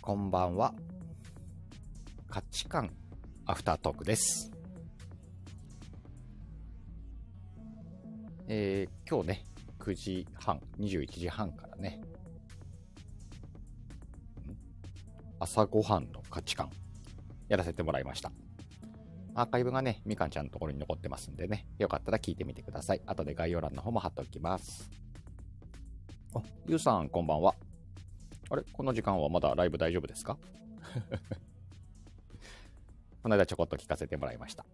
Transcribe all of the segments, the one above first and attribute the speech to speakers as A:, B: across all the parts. A: こんばんは。価値観アフタートークです。えー今日ね、9時半、21時半からね、ん朝ごはんの価値観、やらせてもらいました。アーカイブがね、みかんちゃんのところに残ってますんでね、よかったら聞いてみてください。後で概要欄の方も貼っておきます。あ、ゆうさん、こんばんは。あれこの時間はまだライブ大丈夫ですか この間ちょこっと聞かせてもらいました。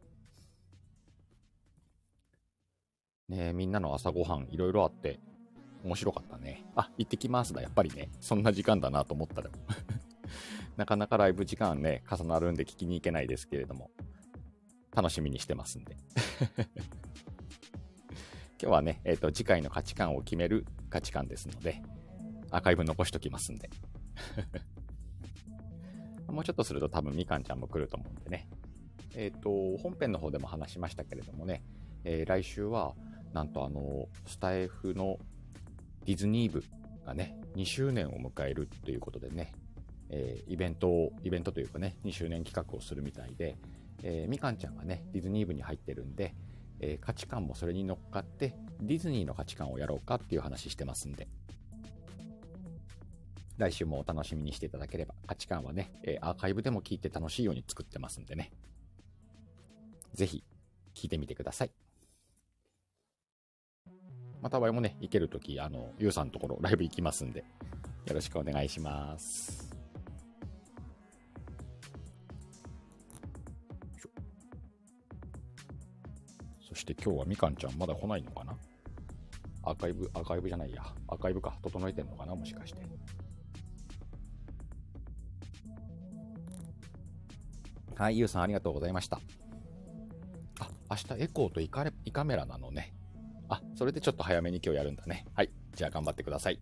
A: ねえ、みんなの朝ごはんいろいろあって面白かったね。あ、行ってきますだ。やっぱりね、そんな時間だなと思ったでも。 なかなかライブ時間ね、重なるんで聞きに行けないですけれども、楽しみにしてますんで。 今日はね、えっ、と、次回の価値観を決める価値観ですので、アーカイブ残しときますんで。 もうちょっとすると多分みかんちゃんも来ると思うんでね。えっ、と、本編の方でも話しましたけれどもね、えー来週は、なんとあの、スタイフのディズニー部がね、2周年を迎えるということでね、えーイベントを、イベントというかね、2周年企画をするみたいで、えーみかんちゃんがね、ディズニー部に入ってるんで、えー価値観もそれに乗っかって、ディズニーの価値観をやろうかっていう話してますんで、来週もお楽しみにしていただければ、価値観はね、えーアーカイブでも聞いて楽しいように作ってますんでね。ぜひ、聞いてみてください。また、場合もね、行けるとき、あの、ゆうさんのところ、ライブ行きますんで、よろしくお願いします。よいしょそして今日はみかんちゃんまだ来ないのかなアーカイブ、アーカイブじゃないや。アーカイブか。整えてんのかなもしかして。はい、ゆうさんありがとうございました。あ、明日エコーとイカレイカメラなのね。あ、それでちょっと早めに今日やるんだね。はい、じゃあ頑張ってください。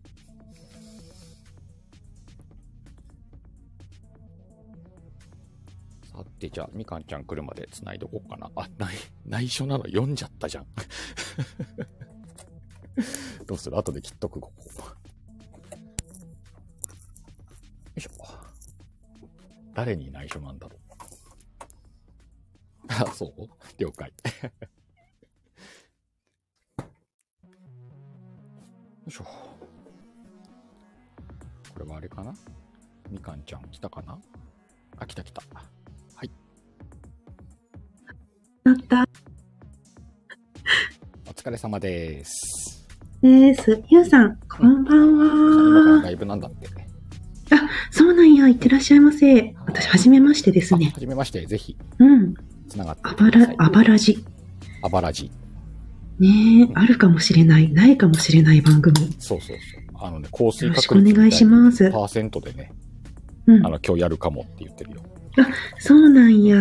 A: さて、じゃあ、みかんちゃん来るまで繋いどこうかな。あ、ない、内緒なの読んじゃったじゃん。 どうする後で切っとく、ここ。よいしょ。誰に内緒なんだろう。あ、そう 了解。よいしょ。これはあれかなみかんちゃん来たかなあ、来た来た。はい。
B: なった
A: お疲れ様です。
B: です。ゆうさん、こん
A: 今か
B: ばん
A: ら
B: は。
A: ライブなんだって。
B: そうなんや、いってらっしゃいませ。私、はじめましてです
A: あ
B: ね。
A: はじめまして、ぜひ、
B: うん。
A: つながって
B: あば
A: くだ
B: ら
A: さい、。
B: あばらじ。
A: あばらじ。
B: ねえ、あるかもしれない、ないかもしれない番組。
A: そうそうそう。あのね、降水
B: よろし
A: 確
B: くお
A: 率みた
B: 願いします。
A: パーセントでね、
B: うん
A: あ。の、今日やるかもって言ってるよ。
B: そうなんや。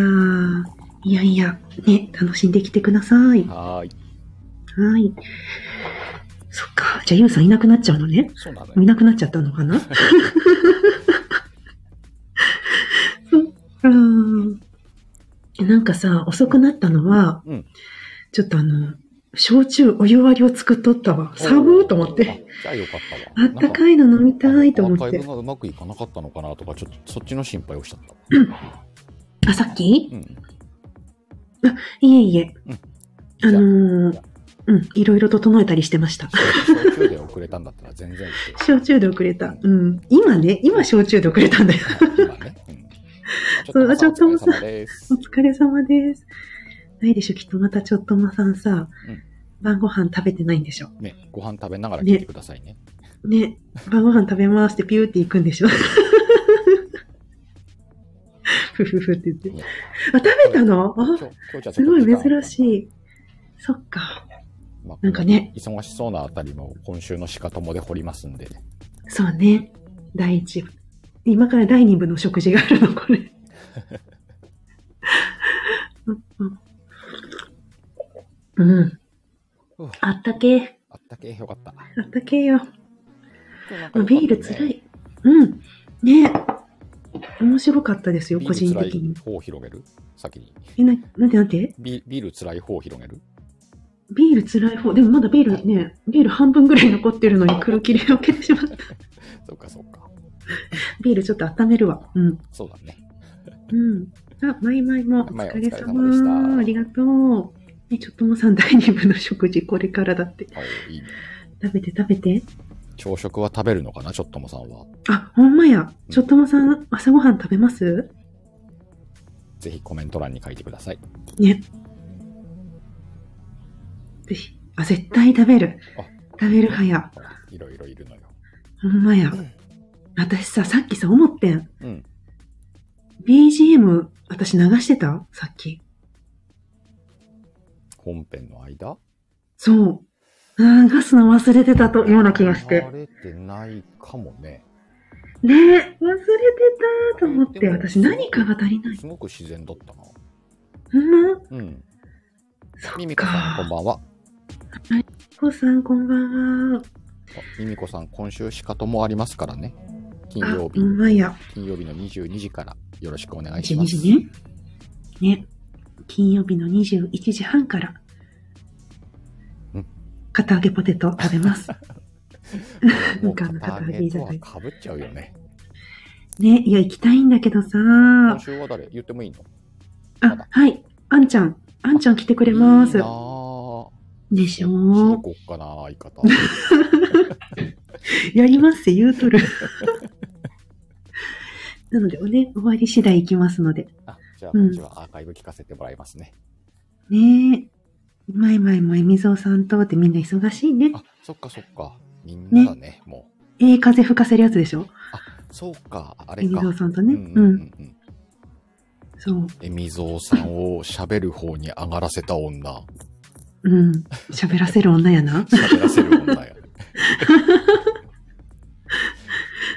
B: いやいや、ね、楽しんできてください。は
A: はーい。
B: い。そっか。じゃあ、ゆうさんいなくなっちゃうのね。
A: そうなのよ
B: い。なくなっちゃったのか なうん。なんかさ、遅くなったのは、
A: うん
B: ちょっとあの、焼酎お湯割りを作っとったわ。サブーと思って。。
A: あじゃあよかった
B: あ
A: わ。
B: った
A: い
B: かいの飲みたいと思
A: アーカ
B: っ
A: イ
B: て
A: ブ。がうまくいかなかったのかなとか、ちょっとそっちの心配をしちゃったわ。
B: あ、さっき
A: うん。
B: いえいえ。
A: うん
B: あの
A: じ
B: ー
A: ゃあ
B: うん、いろいろ整えたりしてました。
A: 焼酎で遅れたんだったら全然いい
B: 焼酎で遅れた。うん。今ね、今焼酎で遅れたんだよ。
A: け ど。今ね。うん。
B: そうあちょっと
A: お疲れ様です
B: お。疲れ様です。ないでしょ、きっとまたちょっとまさんさ、
A: うん
B: 晩ご飯食べてないんでしょ。
A: ね、ご飯食べながら聞いてくださいね。
B: ね、晩ご飯食べますってピューって行くんで しょ。ふふふって言って。
A: ね
B: あ、食べたの
A: 今
B: あ
A: 日、今日じゃあち
B: す
A: ょ
B: ご
A: っと
B: い
A: 時間
B: 珍しい。そっか。
A: まあ
B: なんかね。
A: 忙しそうなあたりも今週の鹿友で掘りますんで。
B: そうね。第一部。今から第二部の食事があるの、こ れ。うんうん。うん
A: うわ
B: あったけ。
A: あったけ、よかった。
B: あったけよ。
A: 今日
B: まあビールつら。い。うん。ね面白かったですよ、個人的に。
A: 方を広げる先に。
B: え、な、なんてなんて
A: ビビールつらい方を広げる
B: ビール辛い方。でもまだビールね、ビール半分ぐらい残ってるのに黒切れを受けてしまった。
A: そうかそうか。
B: ビールちょっと温めるわ。うん。
A: そうだね。
B: うん。あ、マイマイもお
A: マイ
B: 疲れ様。
A: お疲れ様でした
B: ありがとう。ね、ちょっともさん第二部の食事、これからだって。
A: あおいいね。
B: 食べて食べて。
A: 朝食は食べるのかな、ちょっともさんは。
B: あ、ほんまや。ちょっともさん、朝ごはん食べます
A: ぜひコメント欄に書いてください。
B: ね。ぜひ。あ、絶対食べる
A: あ。
B: 食べる派や。
A: ほらいろいろいるのよ。
B: ほんまや。私さ、さっきさ、思ってん。
A: うん。
B: BGM、私流してたさっき。
A: 本編の間
B: そう。流すの忘れてたとような気がして。
A: 流れてないかもね。
B: ねえ、忘れてたと思って、
A: でも
B: 私何かが足りない。
A: すごく自然だったな。
B: ほんま
A: うん。
B: そ
A: ミ
B: っ
A: ミコさん、こん
B: か。
A: ばんは。
B: こさん、こんばんは。
A: あミミコさん、今週しかともありますからね。金
B: あ、
A: 曜
B: ほ
A: 日、
B: んまや。
A: 金曜日の22時からよろしくお願いし
B: 12
A: ます。
B: 時ね。ね。金曜日の21時半から
A: うん、
B: 片揚げポテト食べ ます。
A: もう
B: なんか
A: 片揚げとはかぶっちゃうよね。
B: ね、いや、行きたいんだけどさ。
A: 今週は誰言ってもいいのま
B: あ
A: だ、
B: はい。あんちゃん。あんちゃん来てくれます
A: いい。なぁ。
B: でしょ
A: 聞
B: う。
A: こっかな相方。
B: やりますって言うと る。なので、おね、終わり次第行きますので。
A: あじゃあ、
B: うん
A: うちはアーカイブ聞かせてもらいますね。
B: ねえ。まいまいもえみぞうさんとってみんな忙しいね。
A: あ、そっかそっか。みんなだね、もう。
B: ええ風吹かせるやつでしょ
A: そうか、あ
B: え
A: れ
B: み
A: か
B: ぞ。うさんとね。
A: う
B: うんん
A: うんうんうん。
B: そう。
A: えみぞうさんを喋る方に上がらせた 女。。
B: うん。喋らせる女やな
A: 喋らせる女 や。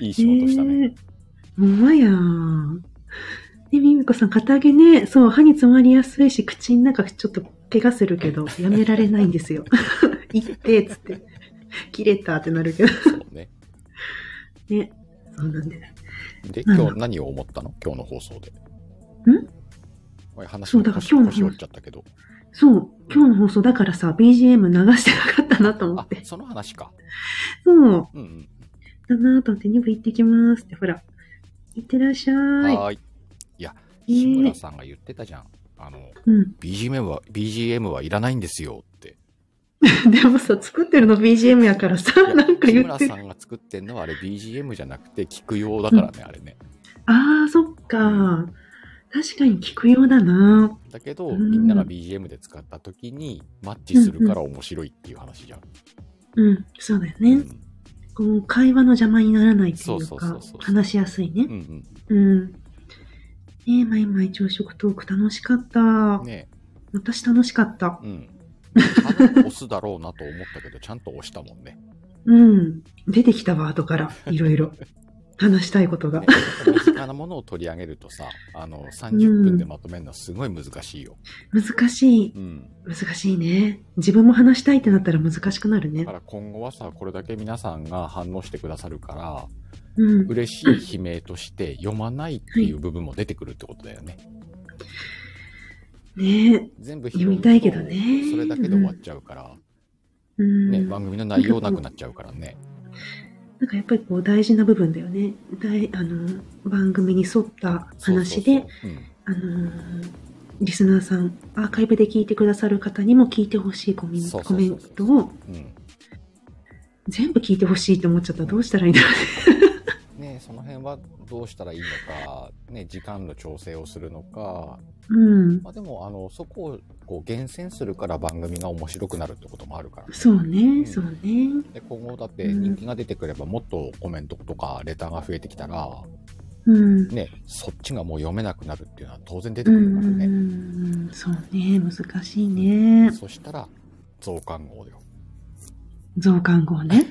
A: いい仕事したね。
B: ねえ。ほんまやん。で、みみこさん、片揚げね、そう、歯に詰まりやすいし、口の中ちょっと怪我するけど、やめられないんですよ。 行って、つって。切れたってなるけど。
A: そうね。
B: ね。そうなんです。
A: で、
B: なんだ
A: 今日何を思ったの今日の放送で。ん話
B: そうだから今日の
A: 腰折っちゃったけど。
B: そう、今日の放送だからさ、BGM 流してなかったなと思
A: あ
B: っ、て。
A: その話か。
B: そう。
A: うんうん。
B: だなぁと思って2部行ってきますって、ほら。行ってらっしゃい。
A: はーい。いや、志村さんが言ってたじゃん。あの、
B: うん。
A: BGM は、BGM はいらないんですよって。
B: でもさ、作ってるの BGM やからさ、
A: いや
B: なんか
A: 志
B: 言っ
A: 村
B: て
A: さ
B: る。
A: んが作ってんのはあれ BGM じゃなくて聞く用だからね、あれね。
B: ああ、そっか。確かに聞くようだな
A: だけど、
B: うん
A: みんなが BGM で使った時にマッチするから面白いっていう話じゃん。
B: うん、そうだよ
A: う
B: ね。
A: ん
B: こう、会話の邪魔にならないってい
A: そう
B: う
A: そうそ
B: か
A: うそう、
B: 話しやすいね
A: う。ん
B: うん。ねえ、毎毎朝食トーク楽しかった。
A: うん。ね
B: 私楽しかった
A: え。。うん。多分押すだろうなと思ったけど、ちゃんと押したもんね。
B: うん。出てきたわ、後から。いろ いろ。話したいことが
A: ね。身近なものを取り上げるとさ、あの、30分でまとめるのはすごい難しいよ。
B: 難しい。
A: うん。
B: 難しいね。自分も話したいってなったら難しくなるね
A: だか。ら今後はさ、これだけ皆さんが反応してくださるから、
B: うん。
A: 嬉しい悲鳴として読まないっていう部分も出てくるってことだよね。
B: ね
A: 全部拾う
B: 読みたいけどね
A: それだけで終わっちゃうから、
B: え。うん。
A: ね、
B: なん
A: 番組の内容なくなっちゃうからね。
B: かやっぱりこう大事な部分だよね。大あの番組に沿った話で、
A: そうそうそう。
B: あのーリスナーさん、アーカイブで聞いてくださる方にも聞いてほしいコメン
A: そう
B: ト
A: そ
B: コ
A: うそう
B: メ
A: そう
B: ントを
A: うん。うん
B: 全部聞いてほしいって思っちゃったらどうしたらいいんだろ
A: ね、その辺はどうしたらいいのか、ね、時間の調整をするのか、
B: う。うん。
A: まあ、でもあのそこをこう厳選するから番組が面白くなるってこともあるから、ね、
B: そう
A: うん
B: ね、そうね。
A: で今後だって人気が出てくればもっとコメントとかレターが増えてきたら、
B: うん。
A: ね、そっちがもう読めなくなるっていうのは当然出て
B: う
A: くるからね、
B: ん。そうね、難しいね。
A: そしたら増刊号だよ
B: 増刊 号ね。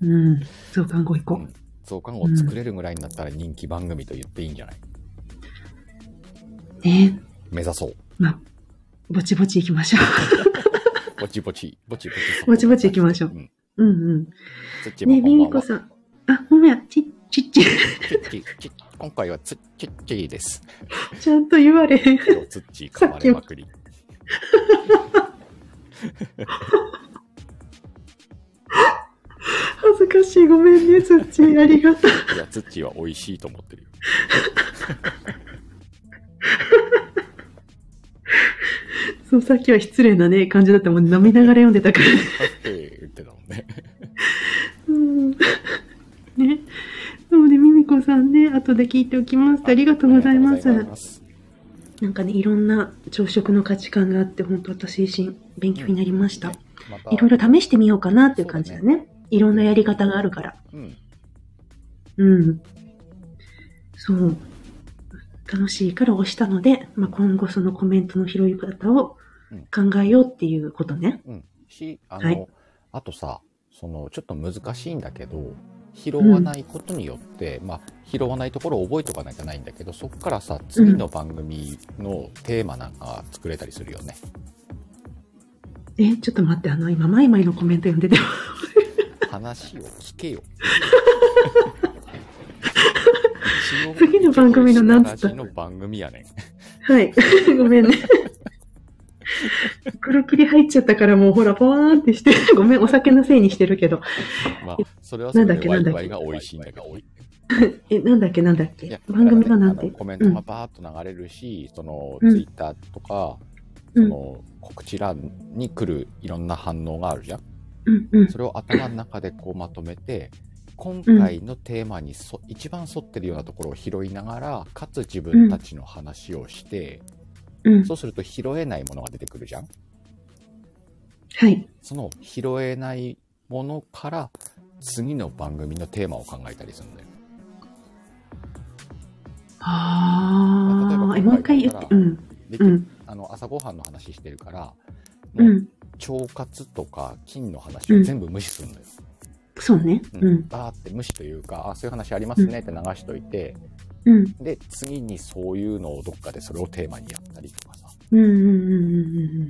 B: うん。増刊号行こう。
A: 増刊号作れるぐらいになったら人気番組と言っていいんじゃない、
B: ね
A: 目指そう
B: まあ、ぼちぼち行きましょ
A: ぼちぼちぼちぼち、
B: ぼちぼち行きましょうんう。うん
A: つっち
B: う
A: ー
B: ん。ね
A: も
B: え、みみ
A: こんばん
B: こ
A: は
B: さん。あ、ごめん、ちっ、ちっち。
A: つっちーちっ今回はつっちっちーです
B: ちゃんと言われへん。
A: 今日つっちー噛まれま くり
B: 恥ずかッシーごめんね、土地。ありがとう。
A: いや、土は美味しいと思ってるよ。
B: そう、さっきは失礼なね、感じだったもん、飲みながら読んでたから。
A: カフェ言ってたもんね。
B: うん。 ね。そうね、ミミコさんね、後で聞いておきます。 ありがとうござい
A: あり
B: ます。
A: がとうございす
B: なんかね、いろんな朝食の価値観があって、本当私自身勉強になりました。
A: ねまた
B: いろいろ試してみようかなっていう感じだね。いろんなやり方があるから。
A: うん。
B: うん。そう。楽しいから押したので、まあ、今後そのコメントの拾い方を考えようっていうことね。
A: うん。し、あの、
B: はい
A: あとさ、その、ちょっと難しいんだけど、拾わないことによって、まあ、拾わないところを覚えとかなきゃないんだけど、そこからさ、次の番組のテーマなんか作れたりするよね。
B: え、ちょっと待って、あの、今、マイマイのコメント読んでても。
A: 話を聞け よ。
B: 次の番組のなんつっ
A: 一応石
B: た
A: 原氏の番組やねん。
B: はい。 ごめんね。黒霧入っちゃったからもうほら、ポワーンってして、ごめん、お酒のせいにしてるけど。
A: まあ、それはそれ
B: なんだっ
A: で
B: け
A: ワイ
B: なんだっ
A: ワ
B: け
A: イが美味しいんだけど。
B: え、なんだっけ、なんだっ
A: いや
B: け。番組がな
A: だ
B: ん
A: からね
B: て
A: あのコメン
B: う
A: ト
B: ん
A: がバーッと流れるし、その
B: うん
A: ツイッターとか、
B: う
A: そ
B: ん
A: の告知欄に来るいろんな反応があるじゃん。
B: うんうん
A: そ。れを頭の中でこうまとめて、今回のテーマにそ、一番沿ってるようなところを拾いながら、かつ自分たちの話をして、
B: うん。
A: そうすると拾えないものが出てくるじゃん。
B: はい。
A: その拾えないものから次の番組のテーマを考えたりするんだよ。
B: ああ、え、もう一回言って、うん。
A: で、
B: うん。
A: あの朝ごはんの話してるから、
B: う。
A: もうん腸活とか菌の話を全部無視するんだよ。
B: そうね。
A: う
B: うんん。
A: バーって無視というか、あ、そういう話ありますねって流しといて、
B: うん。
A: で、次にそういうのをどっかでそれをテーマにやったりとかさ。
B: うん。うん。うん。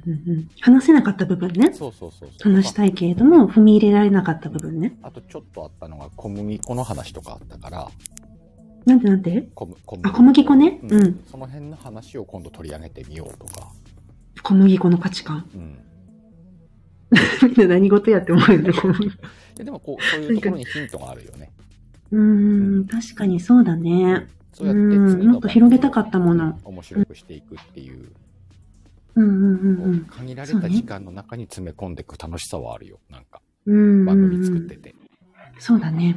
B: うん。話せなかった部分ね。
A: そうそうそうそう。
B: 話した
A: い。
B: いけれども、踏み入れられなかった部分ね。
A: あとちょっとあったのが小麦粉の話とかあったから、
B: なんてなんて
A: 小む小
B: あ、小麦粉ね。
A: う
B: うんん。
A: その辺の話を今度取り上げてみようとか。
B: 小麦粉の価値観。
A: うん。
B: みんな何事やって思うよね、小麦粉
A: ででもこう、そういうところにヒントがあるよね。
B: うーん、確かにそうだね。
A: そうやって
B: うん
A: 次の
B: もっと広げたかったもの
A: 面白くしていくっていう、
B: うんうんうんうん
A: こう限られ
B: そう
A: た
B: ね
A: 時間の中に詰め込んでいく楽しさはあるよ。なんか、。
B: うん
A: 番組作って。て。
B: そうだね。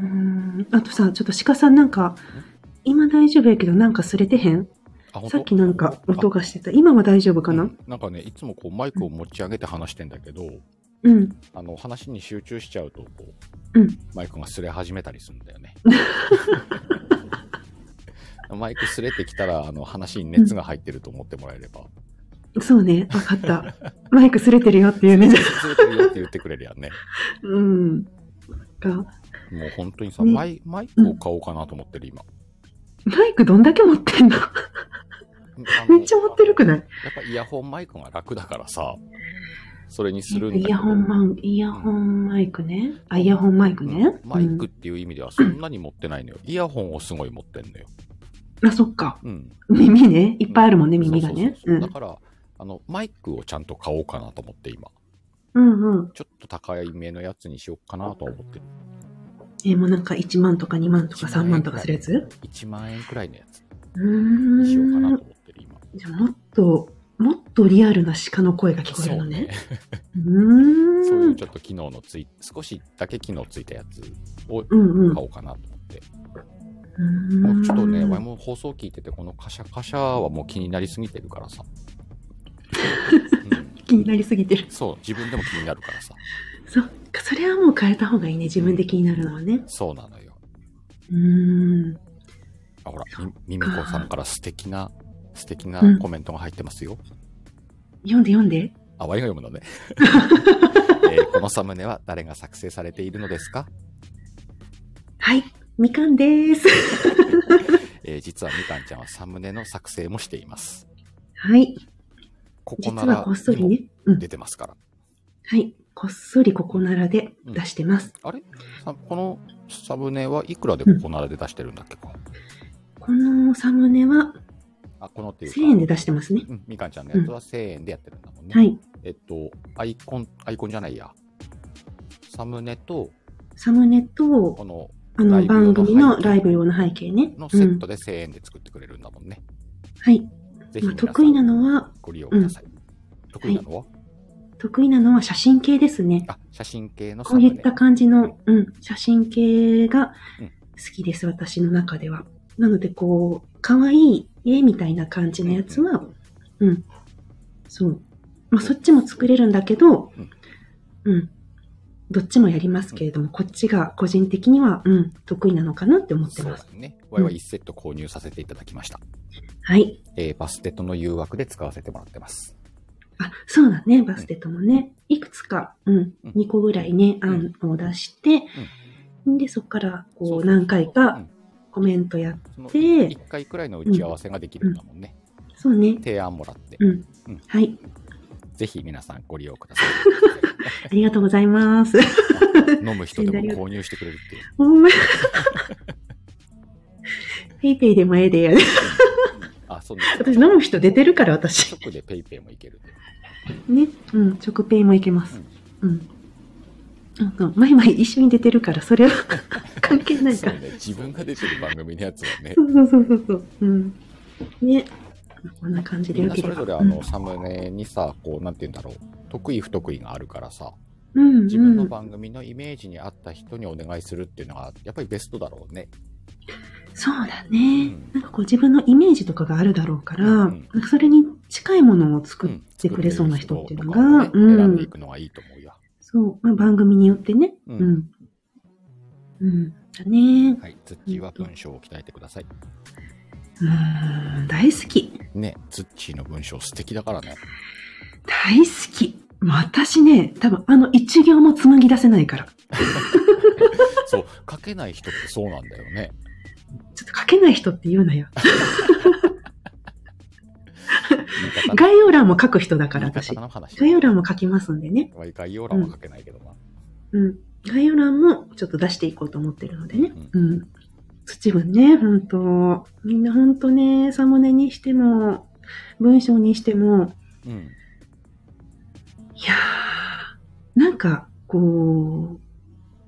A: うん。
B: うーん。あとさ、ちょっと鹿さんなんか、今大丈夫やけどなんかすれてへん
A: あ、本当
B: さっきなんか音がしてた。今は大丈夫か
A: う
B: なん
A: なんかね、いつもこうマイクを持ち上げて話してんだけど、
B: うん。
A: あの、話に集中しちゃうと、こう、
B: うん
A: マイクが擦れ始めたりするんだよね。マイク擦れてきたら、あの、話に熱が入ってると思ってもらえれば、
B: そうね。わかった。マイクすれてるよっていうね。
A: 擦れてるよって言ってくれるやんね。
B: うん。が
A: もう本当にさ、
B: ね
A: マイマイクを買おうかなと思ってる今。
B: マイクどんだけ持ってんの
A: あの
B: めっちゃ持ってるくない
A: やっぱイヤホンマイクが楽だからさ、それにするんだけ
B: イ
A: ど。
B: ヤホンマン、イヤホンマイクね。あ、イヤホンマイクね。
A: マイクっていう意味ではそんなに持ってないのよ。イヤホンをすごい持ってんのよ。
B: うん。あ、そっか。
A: うん。
B: 耳ね。いっぱいあるもんね、耳がね。
A: そうそうそううんだ。から、あの、マイクをちゃんと買おうかなと思って今。
B: うんうん。
A: ちょっと高い目のやつにしようかなとは思ってる。
B: えーもうなんか1万とか2万とか
A: 1
B: 3万とかするやつ
A: ?1 万円くらいのやつ
B: う
A: にしようか
B: ー
A: なんと。思ってる今。
B: じゃあもっと、もっとリアルな鹿の声が聞こえる
A: そ
B: の
A: うね
B: ね。。うーん。
A: そういうちょっと機能のつい、少しだけ機能ついたやつを買
B: うんうん。う
A: おうかなと思って。
B: ー
A: もうんちょっとね、ワイも放送聞いてて、このカシャカシャはもう気になりすぎてるからさ。うん
B: 気になりすぎてる。
A: そう、自分でも気になるからさ。
B: そっか、それはもう変えた方がいいね。自分で気になるのはね。
A: そうなのよ。
B: うーん。
A: あほら、みみみこさんから素敵な、素敵な
B: うん
A: コメントが入ってますよ。
B: 読んで読んで。
A: あ、ワイが読むの ね、えーこのサムネは誰が作成されているのですか、
B: はい。みかんでーす。
A: えー実はみかんちゃんはサムネの作成もしています。
B: はい。
A: ここな
B: 実
A: ら
B: はこっそりね
A: に。
B: うん
A: も。出てますから。
B: はい。こっそりここならで出してます。
A: あれさこのサムネはいくらでここならで出してるんだっけか、
B: このサムネは
A: あ、このっていうか。
B: 1000円で出してますね。
A: うん、みかんちゃんのやつは1000円でやってるんだもんね。
B: はい。
A: えっと、アイコン、アイコンじゃないや。サムネと、
B: サムネと
A: こ、の
B: あの、
A: ライブ用の
B: 番組の
A: 背景
B: ライブ用の背景ね。
A: のセット
B: うん、
A: で1000円で作ってくれるんだもんね。
B: はい。
A: ぜひ皆さ
B: まあ、
A: ん
B: 得意なのは、
A: ご利用ください。得意なのは、
B: 得意なのは写真系ですね。
A: あ、写真系のサ
B: こ
A: ム
B: う
A: ネ。
B: いった感じの、うん、写真系が
A: うん
B: 好きです、私の中では。なので、こう、可愛い絵みたいな感じのやつは、うん、そう。まあ、そっちも作れるんだけど
A: うん、
B: うん。どっちもやりますけれども、こっちが個人的には、うん、得意なのかなって思って
A: そう
B: ま。
A: ですすね。我々1セット購入させていただきました。
B: はい。
A: えーバステットの誘惑で使わせてもらってます。
B: あ、そうだね、バステットもね。いくつか、うん
A: うん、
B: 2個ぐらいね、案を出して、で、そこから、こう、何回か、コメントやっ
A: その
B: て
A: 1回くらいの打ち合わせができるんだもんね。
B: そうね。
A: 提案もらって、
B: うん
A: うん。
B: はい。
A: ぜひ皆さんご利用くださ
B: ありがとうございます。
A: い。飲む人でも購入してくれるっていう。
B: ほんま。 ペイペイでもええでやる。
A: あ、そうね。
B: 私飲む人出てるから、私。
A: 直でペイペイもいけるんで。
B: ね。うん、直ペイもいけます。うん。なんか、毎毎一緒に出てるから、それは関係ない
A: そ
B: か
A: う
B: ら。
A: ね。自分が出てる番組のやつはね
B: そ、うそうそうそうそう。うん。ね。こんな感じで
A: みん
B: よ
A: な
B: け
A: そ
B: れ
A: れぞ
B: ば。
A: れあの、サムネにさ、こう、なんて言うんだろう。得意不得意があるからさ、
B: うん、うん、
A: 自分
B: う
A: の
B: ん。
A: 番組のイメージに合った人にお願いするっていうのが、やっぱりベストだろうね。
B: そうだ
A: う
B: ね。
A: ん。
B: なんかこう自分のイメージとかがあるだろうから、
A: うん
B: なんかそれに近いものを作っ
A: うん
B: てくれそうな人っていうの
A: 作っ
B: が、
A: てくれる人とかをね
B: う
A: 選ん
B: ん
A: でいくのがいいと思うよ。
B: そう、まあ、番組によってね。
A: う
B: うんん。うん。だね。
A: はい。ツッチーは文章を鍛えてください。
B: うーん、大好き。
A: ね、ツッチーの文章素敵だからね。
B: 大好き。私ね、多分あの一行も紡ぎ出せないから。
A: そう、書けない人ってそうなんだよね。
B: ちょっと書けない人って言うな よ。
A: 言い方の
B: 概要欄も書く人だから、
A: 言い
B: 私
A: 方。の話。
B: 概要欄も書きますんでね。
A: まあ概要欄は書けないけどな。
B: うん。概要欄もちょっと出していこうと思ってるのでね。
A: う
B: うん。土分ね、本当みんな本当ね、サムネにしても、文章にしても、
A: うん。
B: いやー、なんか、こ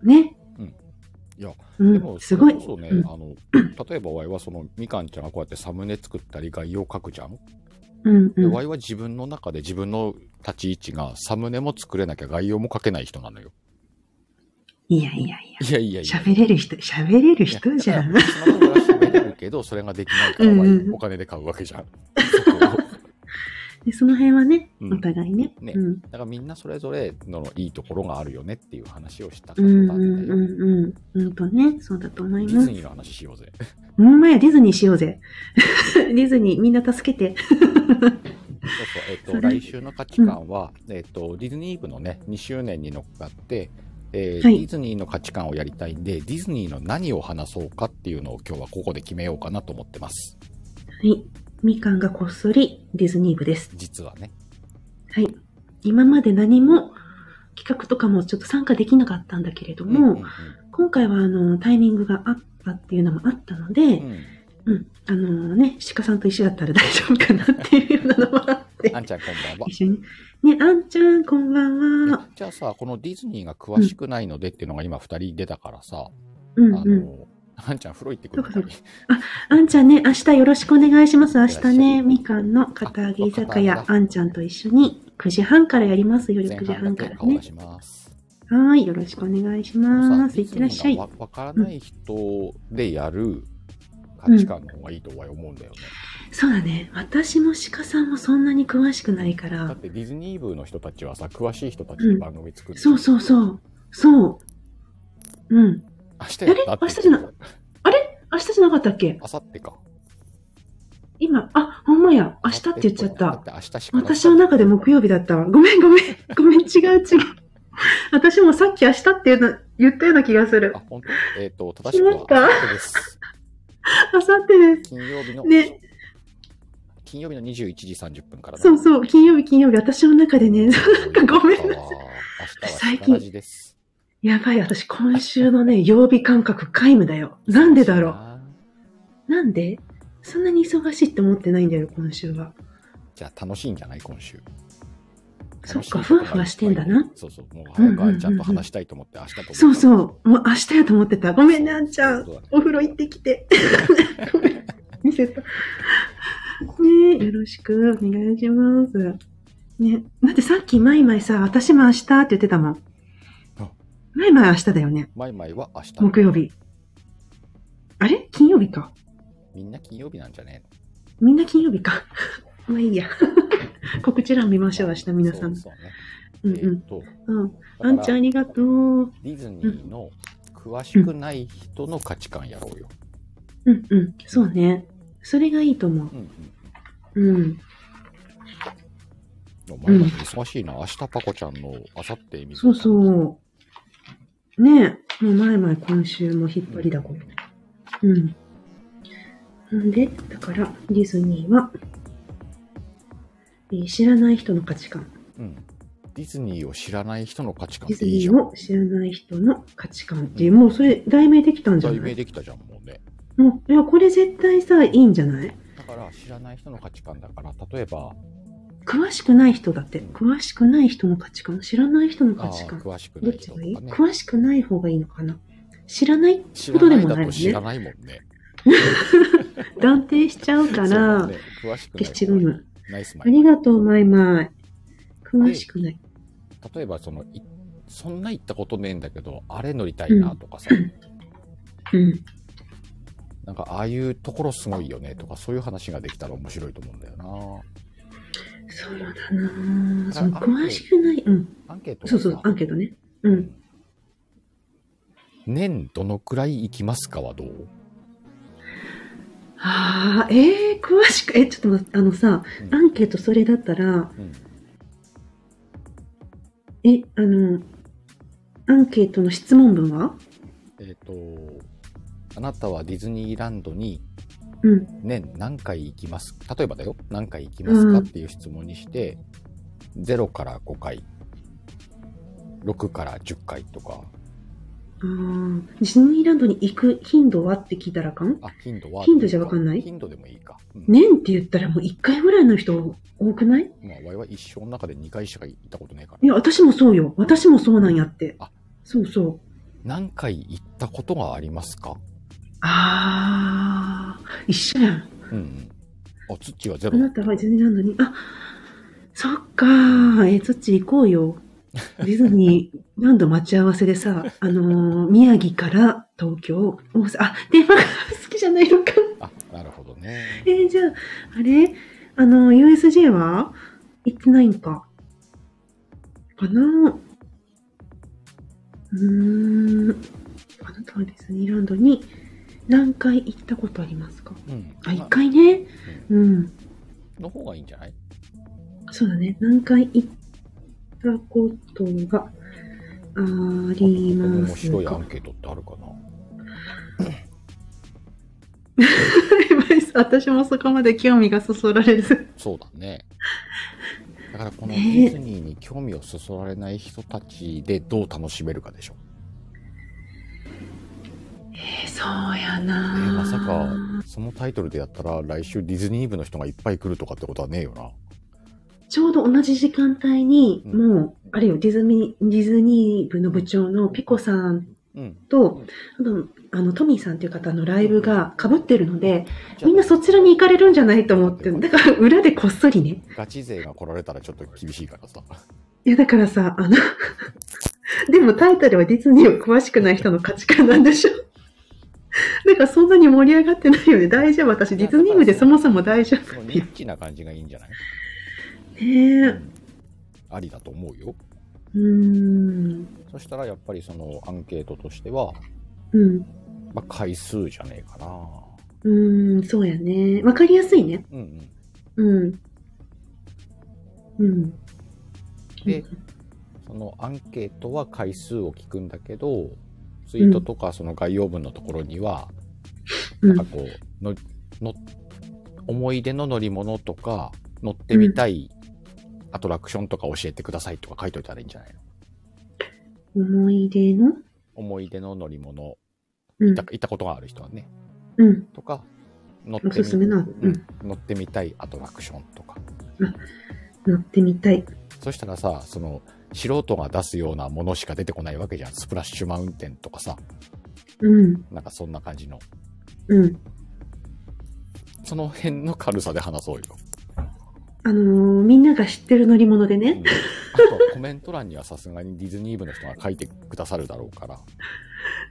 B: う、ね。
A: うんいや、
B: う
A: で
B: ん
A: も、
B: すごい。
A: それこそね、
B: うん
A: あの、例えば、ワイはその、みかんちゃんがこうやってサムネ作ったり、概要書くじゃん。
B: うん
A: で、
B: うん
A: ワイは自分の中で自分の立ち位置が、サムネも作れなきゃ概要も書けない人なのよ。
B: いやいやいや。
A: いやいやいや。
B: 喋れる人、喋れる人じゃん。
A: いやだから私の方が喋れるけど、それができないから、
B: うん
A: ワ
B: う
A: イ
B: ん
A: はお金で買うわけじゃん。そこを
B: でその辺はね、
A: うん
B: お互いね。
A: ね
B: うん。
A: だからみんなそれぞれのいいところがあるよねっていう話をしたかった
B: うんん
A: だ
B: う
A: よ。
B: んうんうん。うんとね、そうだと思
A: デ
B: い
A: ィ
B: ま
A: ズ
B: す。
A: ニーの話しようぜ。
B: ほんまや、ディズニーしようぜ。 ディズニー、みんな助けて。
A: そうそう、えっ、
B: そ
A: と、
B: れ
A: 来週の価値観は、えっ、と、ディズニー部のね、2周年に乗っかって、えー
B: はい
A: ディズニーの価値観をやりたいんで、ディズニーの何を話そうかっていうのを今日はここで決めようかなと思ってます。
B: はい。みかんがこっそりディズニー部です。
A: 実はね。
B: はい。今まで何も企画とかもちょっと参加できなかったんだけれども、
A: んん
B: 今回はあの、タイミングがあったっていうのもあったので、
A: うんうん
B: うん。あのね、鹿さんと一緒だったら大丈夫かなっていうようなのもあっ て
A: あ、んちゃんこんばんは。
B: 一緒に。ね、あんちゃん、こんばんは。
A: じゃあさ、このディズニーが詳しくないのでっていうのが今2人出たからさ、
B: うん
A: あ
B: うん。
A: の、あんちゃん風呂行ってくる
B: そうかあんちゃんね、明日よろしくお願いします。明日
A: いらっしゃい
B: ね、みかんの片揚げ居酒
A: あ片
B: 屋、
A: 揚げだ
B: あんちゃんと一緒に9時半からやります。夜
A: 前
B: 9時
A: 半
B: 半
A: だ
B: か
A: け
B: ら
A: 顔出
B: ね。
A: します。
B: はーい、よろしくお願いし
A: あの
B: ま
A: さ
B: す。いってらっしゃい。
A: ディズニーが
B: わ
A: わわからない人でやる価値観の方がいいとは思うんだよね。
B: そうだね。私も鹿さんもそんなに詳しくないか
A: だっ
B: ら。
A: てディズニー部の人たちはさ、詳しい人たちで番組作る、
B: そうそうそう。そう。うん。
A: 明日やった
B: あれ明日じゃない明日じゃなかったっけ
A: 明後日か。
B: 今、あ、ほんまや。明日って言っちゃっ
A: だ
B: た
A: っ。て明日しか
B: 私の中で木曜日だったわ。ごめんごめん。ごめん、違う違う。私もさっき明日っていうの言ったような気がする
A: あ、。本当えっ、と、正しくは
B: し
A: 明
B: ました
A: 後日です。
B: 明後日です。
A: 金曜日の、
B: ね
A: 金曜日の21時30分からだ
B: そうそう、金曜日金曜日、私の中でね、 ごめん
A: 明日
B: なさい
A: は明
B: 最
A: 日
B: 近
A: ラジです。
B: やばい、私今週のね、曜日感覚皆無だよ。なんでだろう。なんでそんなに忙しいって思ってないんだよ、今週は。
A: じゃあ楽しいんじゃない今週。
B: そっか
A: 楽しいことがいぱい
B: ふわふわしてんだな
A: そうそう、もう早くあんちゃんと話したいと思って、明日と思った。
B: そうそう。もう明日やと思ってた。ごめんね、あんちゃん
A: そうだね。
B: お風呂行ってき て。ごめん。見せた。ねえ、よろしくお願いします。ね。だってさっき、マイマイさ、私も明日って言ってたもん
A: あ。
B: マイマイ明日だよね。
A: マイマイは明日。
B: 木曜日。あれ金曜日か。
A: みんな金曜日なんじゃね
B: みんな金曜日か。 まあい いや。告知欄見ましょう、明日皆さん。
A: そうそうね。
B: う
A: え
B: んう
A: っと、
B: ん。うん。あんちゃんありがとう。うん
A: ディズニーの詳しくない人の価値観やろうよ。
B: うん。そうね。それがいいと思う。
A: うんうん。
B: うん。
A: お前マイマイ忙しいな。明日パコちゃんの、あさってみ
B: そうそう。ねえ、もう前々今週も引っ張りだこ。うん。なんで、だから、ディズニーは、えー知らない人の価値観。
A: うん。ディズニーを知らない人の価値観
B: デ
A: っ
B: ィズ
A: ていい
B: ニ
A: じゃ
B: ー
A: ん
B: を。知らない人の価値観っていう、もうそれ、題名できたんじゃ
A: 題
B: な
A: 名
B: い
A: できたじゃん、もうね。
B: もう、いや、これ絶対さ、いいんじゃない
A: だから、知らない人の価値観だから、例えば、
B: 詳しくない人だって、詳しくない人の価値観、知らない人の
A: ああ
B: 価値
A: ー、
B: 観。
A: 詳しく
B: ど
A: な
B: っ
A: い
B: ち
A: 人
B: がいい
A: とかね。
B: 詳しくない方がいいのかな知らない
A: 知
B: こと
A: ら
B: で
A: ない
B: もな
A: だ
B: いも
A: と
B: ん
A: 知
B: ね
A: ら。ないもんね。
B: 断定しちゃうか
A: そうだ
B: ら
A: ね、、詳しくない
B: 消しゴム。
A: ナイスマ
B: あ
A: イ
B: り
A: マイ
B: がとう、マイマイ。詳しくない。
A: 例えばそのいそんな行ったことねえんだけどあれ乗りたいなとかさ、
B: うん。
A: なんかああいうところすごいよねとかそういう話ができたら面白いと思うんだよ
B: そうだなぁ。そ
A: あ
B: う、
A: あ
B: 詳しくない。うん。
A: なアンケートがさ
B: そうそう、アンケートね。うん。
A: 年どのくらい行きますかはどう、
B: ああ、ええー、詳しく、え、ちょっと待って、あのさ、
A: うん
B: アンケートそれだったら、
A: うん
B: え、あの、アンケートの質問文は
A: えっ、とあなたはディズニーランドに
B: うん。
A: 年何回行きます例えばだよ何回行きますかっていう質問にして、0から5回6から10回とか
B: あーディズニーランドに行く頻度はって聞いたらあかん
A: あ頻度は
B: 頻度じゃわかんない
A: 頻度でもいいか、うん
B: 年って言ったらもう1回ぐらいの人多くない
A: まあ、わいは一生の中で2回しか行ったことないから。
B: いや、私もそうよ。私もそうなんやって。
A: あ
B: そうそう。
A: 何回行ったことがありますか
B: ああ、一緒やん。
A: うんうん。あ、ツッチーはゼ
B: あ
A: ロ
B: な。たはディズニーランドに、あ、そっかー、えー、そっち行こうよ。ディズニーランド待ち合わせでさ、 あのー宮城から東京、大阪、あ、電話が好きじゃないのか。
A: あ、なるほどね。
B: えーじゃあ、あれあのー USJ は行ってないんか。かなうーん。あなたはディズニーランドに何回行ったことありますか
A: うん。
B: あ、一
A: ま
B: 回ね。
A: あ
B: うん。
A: うんの方がいいんじゃない
B: そうだね。何回行ったことがあり
A: この
B: ま
A: 面
B: す
A: 白いア
B: か
A: ンケートってあるかな
B: 私もそこまで興味がそそら れず。
A: そうだね。だからこのデ
B: ね
A: ィズニーに興味をそそられない人たちでどう楽しめるかでしょ。
B: えそうや
A: え
B: な
A: ーまさか、そのタイトルでやったら来週ディズニー部の人がいっぱい来るとかってことはねえよな。
B: ちょうど同じ時間帯に、
A: うん
B: もう、あれよ、ディズニー、ディズニー部の部長のペコさん
A: うん。
B: と、あと、あの、トミーさんという方のライブが被ってるので、
A: じゃあ
B: みんなそちらに行かれるんじゃないと思って、だから裏でこっそりね。
A: ガチ勢が来られたらちょっと厳しいからさ。
B: いや、だからさ、あの、でもタイトルはディズニーを詳しくない人の価値観なんでしょだからそんなに盛り上がってないよね。大丈夫。私、ディズニー部でそもそも大丈
A: そ
B: 夫
A: の
B: って
A: ニ
B: いう
A: ッチな感じがいいんじゃない。
B: ねえ。
A: うんありだと思うよ。
B: うーん。
A: そしたらやっぱりそのアンケートとしては、
B: うん。
A: まあ、回数じゃねえかな。
B: うーん、そうやね。わかりやすいね。
A: うんうん。
B: うん。うん。
A: で、そのアンケートは回数を聞くんだけど、ツイートとかその概要文のところには、
B: う
A: な
B: ん
A: んかこう、の、の、思い出の乗り物とか、乗ってみたいアトラクションとか教えてくださいとか書いといたらいいんじゃないの
B: 思い出の
A: 思い出の乗り物、
B: うん
A: だ。から行ったことがある人はね。
B: うん。
A: とか、乗って
B: お
A: み
B: すすめな。う。
A: うんん乗ってみたいアトラクションとか。
B: 乗ってみたい。
A: そしたらさ、その、素人が出すようなものしか出てこないわけじゃん。スプラッシュマウンテンとかさ、
B: うん、
A: なんかそんな感じの。
B: うん。
A: その辺の軽さで話そうよ。
B: あのーみんなが知ってる乗り物で
A: うん
B: ね、
A: あと、コメント欄にはさすがにディズニー部の人が書いてくださるだろうから、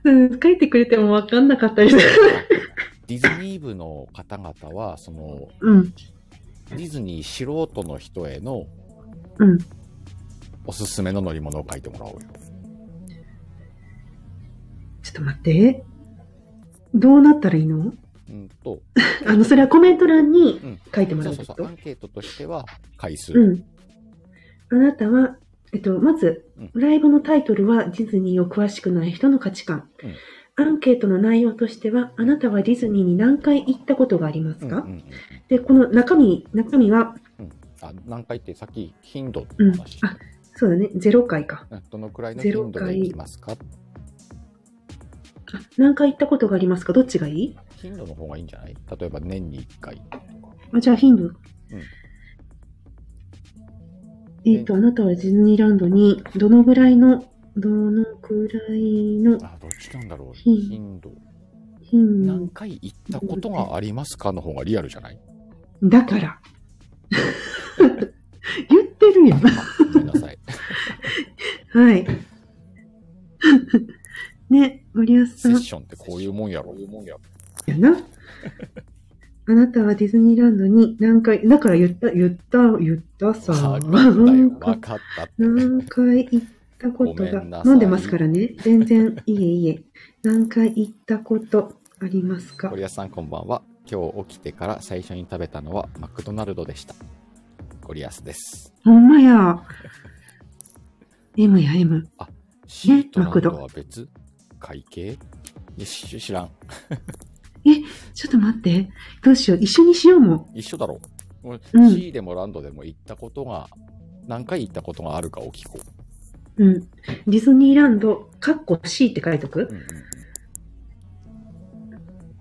B: うん、書いてくれても分かんなかったりして。
A: ディズニー部の方々は、その、
B: うん、
A: ディズニー素人の人への
B: うん。
A: おすすめの乗り物を書いてもらおうよ。
B: ちょっと待って。どうなったらいいの
A: うんと、
B: あの、それはコメント欄に
A: うん
B: 書いてもら
A: そう
B: う
A: そうそ
B: こ
A: う、ア
B: と
A: ンケートとしては、回数。
B: うん。あなたは、えっと、まず
A: うん、
B: ライブのタイトルはディズニーを詳しくない人の価値観。アンケートの内容としては、あなたはディズニーに何回行ったことがあります
A: うん
B: か、
A: うんうん
B: で、この中身、中身は、
A: あ何回ってさっき頻度の話、
B: うんあそうだね、0回か。
A: うんどのくらいの頻度で行きますか
B: あ何回行ったことがありますかどっちがいい
A: 頻度の方がいいんじゃない例えば年に1回とか。
B: あじゃあ頻度。えっ、と、あなたはディズニーランドにどのぐらいの、どのくらいの
A: あ、どっちなんだろう
B: 頻
A: 頻度。何
B: 頻
A: 回行ったことがありますかの方がリアルじゃない
B: 度だから。 言ってるやん。
A: あごめんなさい。
B: はい。 ね、森保さ
A: セ
B: ん
A: ッ。ションってこういうもんやろ。うもんや
B: やな。あなたはディズニーランドに何回、だから言った、言った、言ったさ。
A: わかったよ。わかったって。
B: 何回行ったこと
A: ごめんな
B: が、
A: さい
B: 飲んでますからね。全然、いえいえ。何回行ったことありますか
A: ゴリアスさんこんばんは。今日起きてから最初に食べたのはマクドナルドでした。ゴリアスです。
B: ほんまや。M や M。
A: シートランドは別会計いやし知らん。
B: ちょっと待って。どうしよう。一緒にしようも
A: 一緒だろう。も
B: う
A: うん C でもランドでも行ったことが、何回行ったことがあるかを聞こう。
B: ん。うん。ディズニーランド、カッコ C って書いとく
A: うんうんうん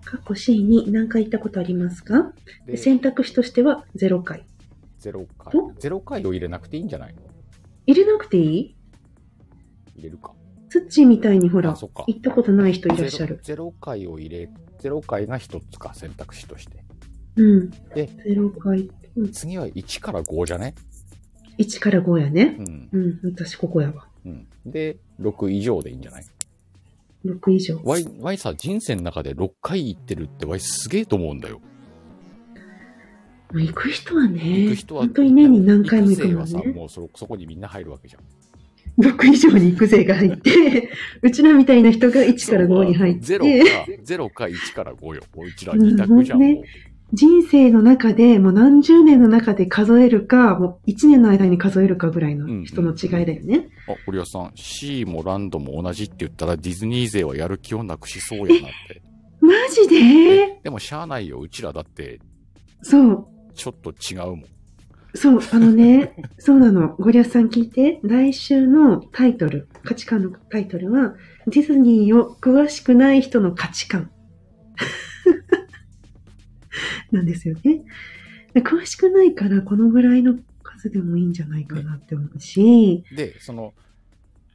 B: カッコ C に何回行ったことありますか
A: で、
B: 選択肢としては0回。
A: 0回
B: お。
A: 0回を入れなくていいんじゃないの
B: 入れなくていい
A: 入れるか。
B: ツッチーみたいにほら、
A: あ、
B: 行
A: そっか。
B: ったことない人いらっしゃる。
A: 0回を入れ、0回が1つか、選択肢として。
B: うん。
A: で
B: 0回。うん
A: 次は1から5じゃね
B: 1から5やね
A: う。ん。
B: うん、私ここやわ。
A: うん。で、6以上でいいんじゃない
B: 6以上。
A: ワイ、ワイさ、人生の中で6回行ってるってワイすげえと思うんだよ。
B: まあ行く人はね、
A: 行く人は、
B: 本当に年に何回も行くもん
A: 生はさ、
B: ね。
A: もうそ、そこにみんな入るわけじゃん。
B: 6以上に行く税が入って、 うちらみたいな人が1から5に入っ
A: ゼロ
B: て、
A: か、ゼロか1から5よ。もううちら2択じゃん、
B: うん
A: もう。
B: 人生の中でもう何十年の中で数えるか、もう1年の間に数えるかぐらいの人の違いだよね。
A: あ、堀尾さん、C もランドも同じって言ったらディズニー勢はやる気をなくしそうやなって。
B: マジで
A: でもしゃあないよ、うちらだって
B: そう。
A: ちょっと違うもん。
B: そう、あのね、 そうなの。ゴリアスさん聞いて、来週のタイトル、価値観のタイトルは、ディズニーを詳しくない人の価値観。 なんですよね。で詳しくないから、このぐらいの数でもいいんじゃないかなって思うし、
A: で、その、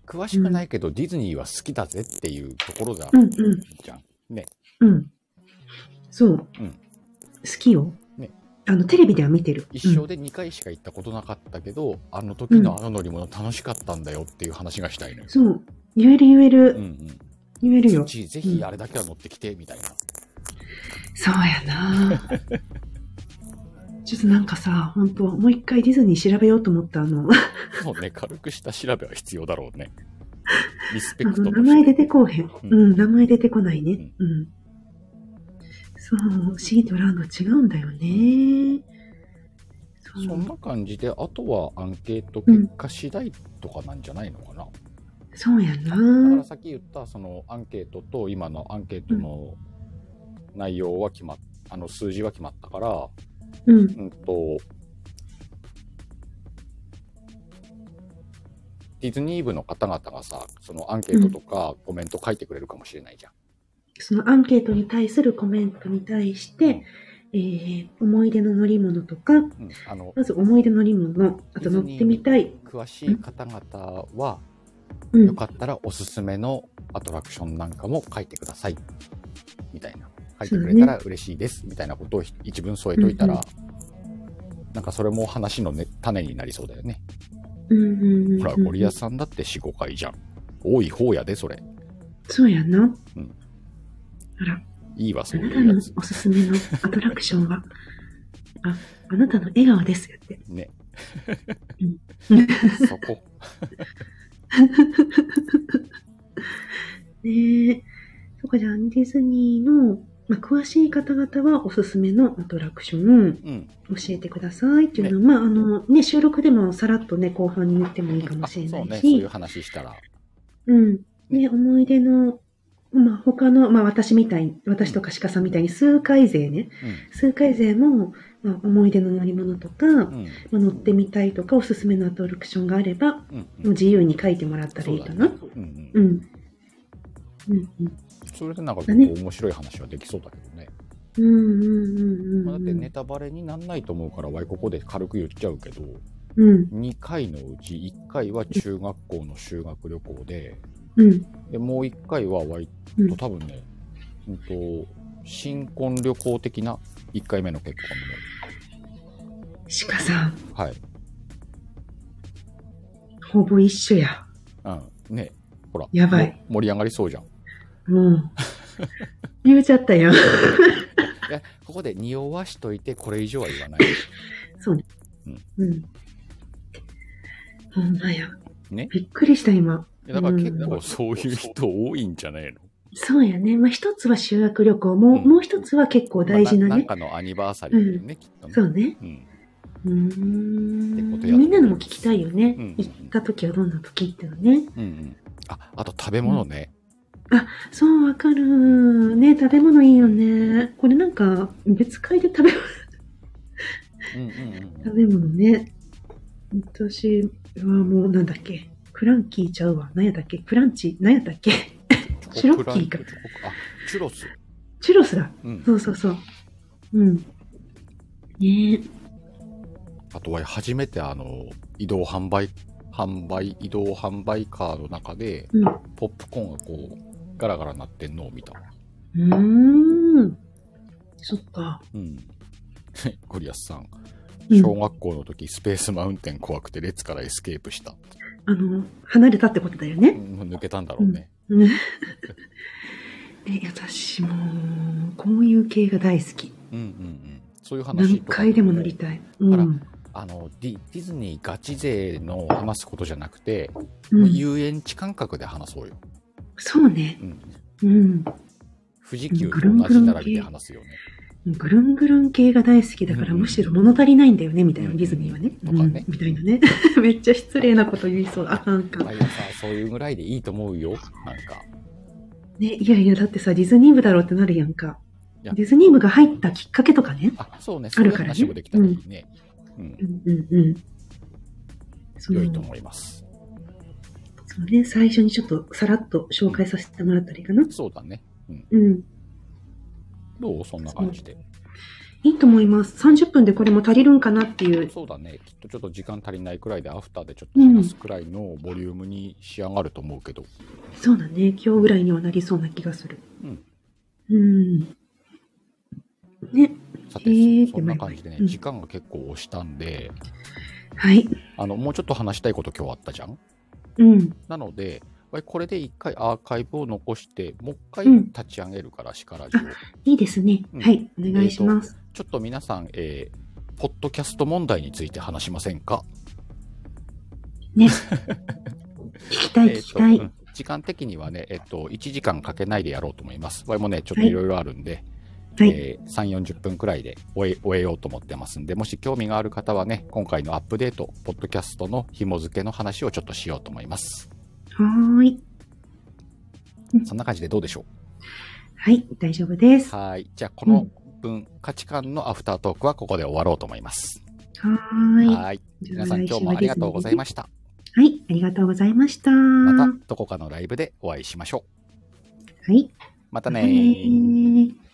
A: 詳しくないけどディズニーは好きだぜっていうところが、
B: うんうん
A: じゃん。
B: うん。そう。
A: うん
B: 好きよ。
A: ね
B: あの、テレビでは見てる。
A: 一
B: う
A: 生
B: ん
A: で2回しか行ったことなかったけど、あの時のあの乗り物楽しかったんだよっていう話がしたいのよ。
B: そう。言える言える、
A: うんうん。
B: 言えるよ。
A: 土ぜひあれだけは乗ってきて、みたいな。
B: そうやな ちょっとなんかさ、本当もう一回ディズニー調べようと思ったあの、あ
A: そうね、軽くした調べは必要だろうね。リスペクト
B: の
A: と
B: 名
A: して
B: 前出てこうへん。
A: う
B: うんん、名前出てこないね。うん。そう、シートランド違うんだよね。そう
A: そんな感じで、あとはアンケート結果次第とかなんじゃないのかな。
B: そうや
A: だから
B: な
A: さっき言ったそのアンケートと今のアンケートの内容は決まっあの数字は決まったから、
B: うん。
A: うんと、ディズニー部の方々がさ、そのアンケートとかコメント書いてくれるかもしれないじゃん。
B: そのアンケートに対するコメントに対して、えー思い出の乗り物とか、
A: うん、あの
B: まず思い出乗り物、あと乗ってみたい。
A: 詳しい方々は、
B: うん
A: よ。かったらおすすめのアトラクションなんかも書いてください。みたいな。書いてくれたら嬉しいです。みたいなことをひ一文添えといた
B: うん
A: ら、なんかそれも話の、ね、種になりそうだよね。
B: うんうんうん。
A: ほら、ゴリアスさんだって4、5回じゃん。多い方やで、それ。
B: そうやな。
A: うん
B: あら、
A: いいわ、そ
B: あ
A: う
B: ないた
A: うや
B: の
A: つ
B: お。すすめのアトラクションは、あ、あなたの笑顔ですよって。
A: ね
B: うん。
A: そこ。
B: ねえ。そっか、じゃあ、ディズニーの、まあ、詳しい方々はおすすめのアトラクション
A: うん。
B: 教えてくださいっていうのは、まあ、あの、ね、収録でもさらっとね、後半に言ってもいいかも
A: あ
B: し
A: そう
B: れな
A: ね、
B: い
A: そうい
B: し
A: う、話したら。
B: うん。ね、思い出の、まあ、他の、まあ、私みたいに、私とか鹿さんみたいに数回勢ね、数回勢も、まあ、思い出の乗り物とか、
A: う
B: ま
A: ん。うん。
B: あ、乗ってみたいとか、おすすめのアトラクションがあれば、も
A: うん。
B: う
A: うん。
B: 自由に書いてもらったら
A: そ
B: いうい
A: だ
B: か
A: ね。
B: な。
A: うん。
B: う
A: うん。
B: ん。うんうん。
A: それでなんか
B: だね
A: 結構面白い話はできそうだけどね。
B: うんうんうんうんうん。
A: まあだってネタバレになんないと思うから、わいここで軽く言っちゃうけど、
B: うん
A: 2回のうち1回は中学校の修学旅行で、
B: うん。
A: でもう1回は割
B: うん
A: と多分ね、うんと、新婚旅行的な1回目の結
B: 鹿さん、
A: 婚で、
B: ほぼ一緒や。
A: はい。うん。ね、ほら。
B: やばい
A: も。盛り上がりそうじゃん。
B: もう。 言うちゃったよ。
A: いや、ここで匂わしといて、これ以上は言わない。
B: そうね。うん。ほんまや。
A: ね
B: びっくりした、今。
A: いやだから結
B: う
A: 構そういう人多いんじゃないの
B: そうやね。まあ、一つは修学旅行も、
A: うん
B: もう一つは結構大事
A: ま
B: な
A: あななん
B: ね。
A: かのアニバーサリーだよね、きっとね。
B: そうね。
A: うん。
B: うーん
A: ってことやと思います
B: みんなのも聞きたいよね。
A: うん
B: 行った時はどんな時っていうのね。
A: うんうん。あ、あと食べ物ね。
B: そう、わかる。ね、食べ物いいよね。これなんか、別会で食べ、
A: うんうんうんうん
B: 食べ物ね。私はもう、なんだっけ。クランキーちゃうわ。なんやったっけクランチ、なんやったっけ チュロッキー
A: チョコク
B: か
A: ランチョコあ、チュロス。
B: チュロスだ。
A: うん。
B: そうそうそう。うん。ね
A: あとは初めてあの、移動販売、販売、移動販売カーの中で、
B: うん。
A: ポップコーンがこう、ガラガラなってんのを見たわ。
B: うーん。そっか。
A: うん。 ゴリアスさん。
B: うん
A: 小学校の時、スペースマウンテン怖くて、レッツからエスケープした。
B: あの、離れたってことだよ
A: う
B: ね。
A: ん抜けたんだろうね。
B: うん。 ね、私も、こういう系が大好き。
A: うんうんうん。そういう話
B: 何
A: とか
B: 回でも乗りたい。う
A: あら
B: ん。
A: あのディディズニーガチ勢の話すことじゃなくて、
B: う、
A: もうん遊園地感覚で話そうよ、
B: そうね。
A: うん、
B: うん。
A: 富士急と同じ並びで話すよね
B: ぐるんぐるん系が大好きだから、
A: うん
B: むしろ物足りないんだよね、みたいな、
A: うん
B: ディズニーはね。
A: とかね
B: うんみたいなね。 めっちゃ失礼なこと言いそう。あかんあかん。
A: 毎朝そういうぐらいでいいと思うよなんか
B: ね、いやいや、だってさ、ディズニー部だろうってなるやんか。
A: いや
B: ディズニー部が入ったきっかけとかね。
A: あそうねそ
B: あ
A: うい
B: る
A: う
B: からね
A: 話もできたらいいねうん
B: うんうんうん。そ
A: 良
B: の
A: いと思います
B: そうね、最初にちょっとさらっと紹介させてもらったりかな。
A: そうだね
B: うん。
A: どうそんな感じで
B: いいと思います。30分でこれも足りるんかなっていう。
A: そうだねきっとちょっと時間足りないくらいでアフターでちょっと話すくらいのボリュームに仕上がると思うけど、
B: そうだね。今日ぐらいにはなりそうな気がする。
A: うん
B: うん。ね。
A: さて
B: へー
A: そそんな感じでね
B: うん
A: 時間が結構押したんで
B: はい。
A: あのもうちょっと話したいこと今日あったじゃん
B: うん。
A: なので、わいこれで一回アーカイブを残して、もう一回
B: うん
A: 立ち上げるから、シカラジオ。
B: いいですね。
A: うん
B: はい。お願いします。
A: ちょっと皆さん、えーポッドキャスト問題について話しませんか
B: 聞きたい、
A: え
B: 聞
A: ー
B: き
A: と
B: た
A: う
B: い
A: ん。時間的にはね、えっ、と、1時間かけないでやろうと思います。わいもね、ちょっといろいろあるんで、
B: はい。
A: えー3、40分くらいで終え終えようと思ってますんで、もし興味がある方はね、今回のアップデート、ポッドキャストの紐付けの話をちょっとしようと思います。
B: はーい。
A: そんな感じでどうでしょ
B: はい。大丈夫です。
A: う
B: は
A: はい。じゃあ、この分、価値観のアフタートークはここで終わろうと思います。
B: ーい。
A: はい。皆さん今日もありがとうございま
B: し
A: した。
B: た。はい。ありがとうございました。
A: また
B: は
A: どこかのライブでお会いしましょう。
B: い。
A: またね
B: またね
A: ー。
B: ー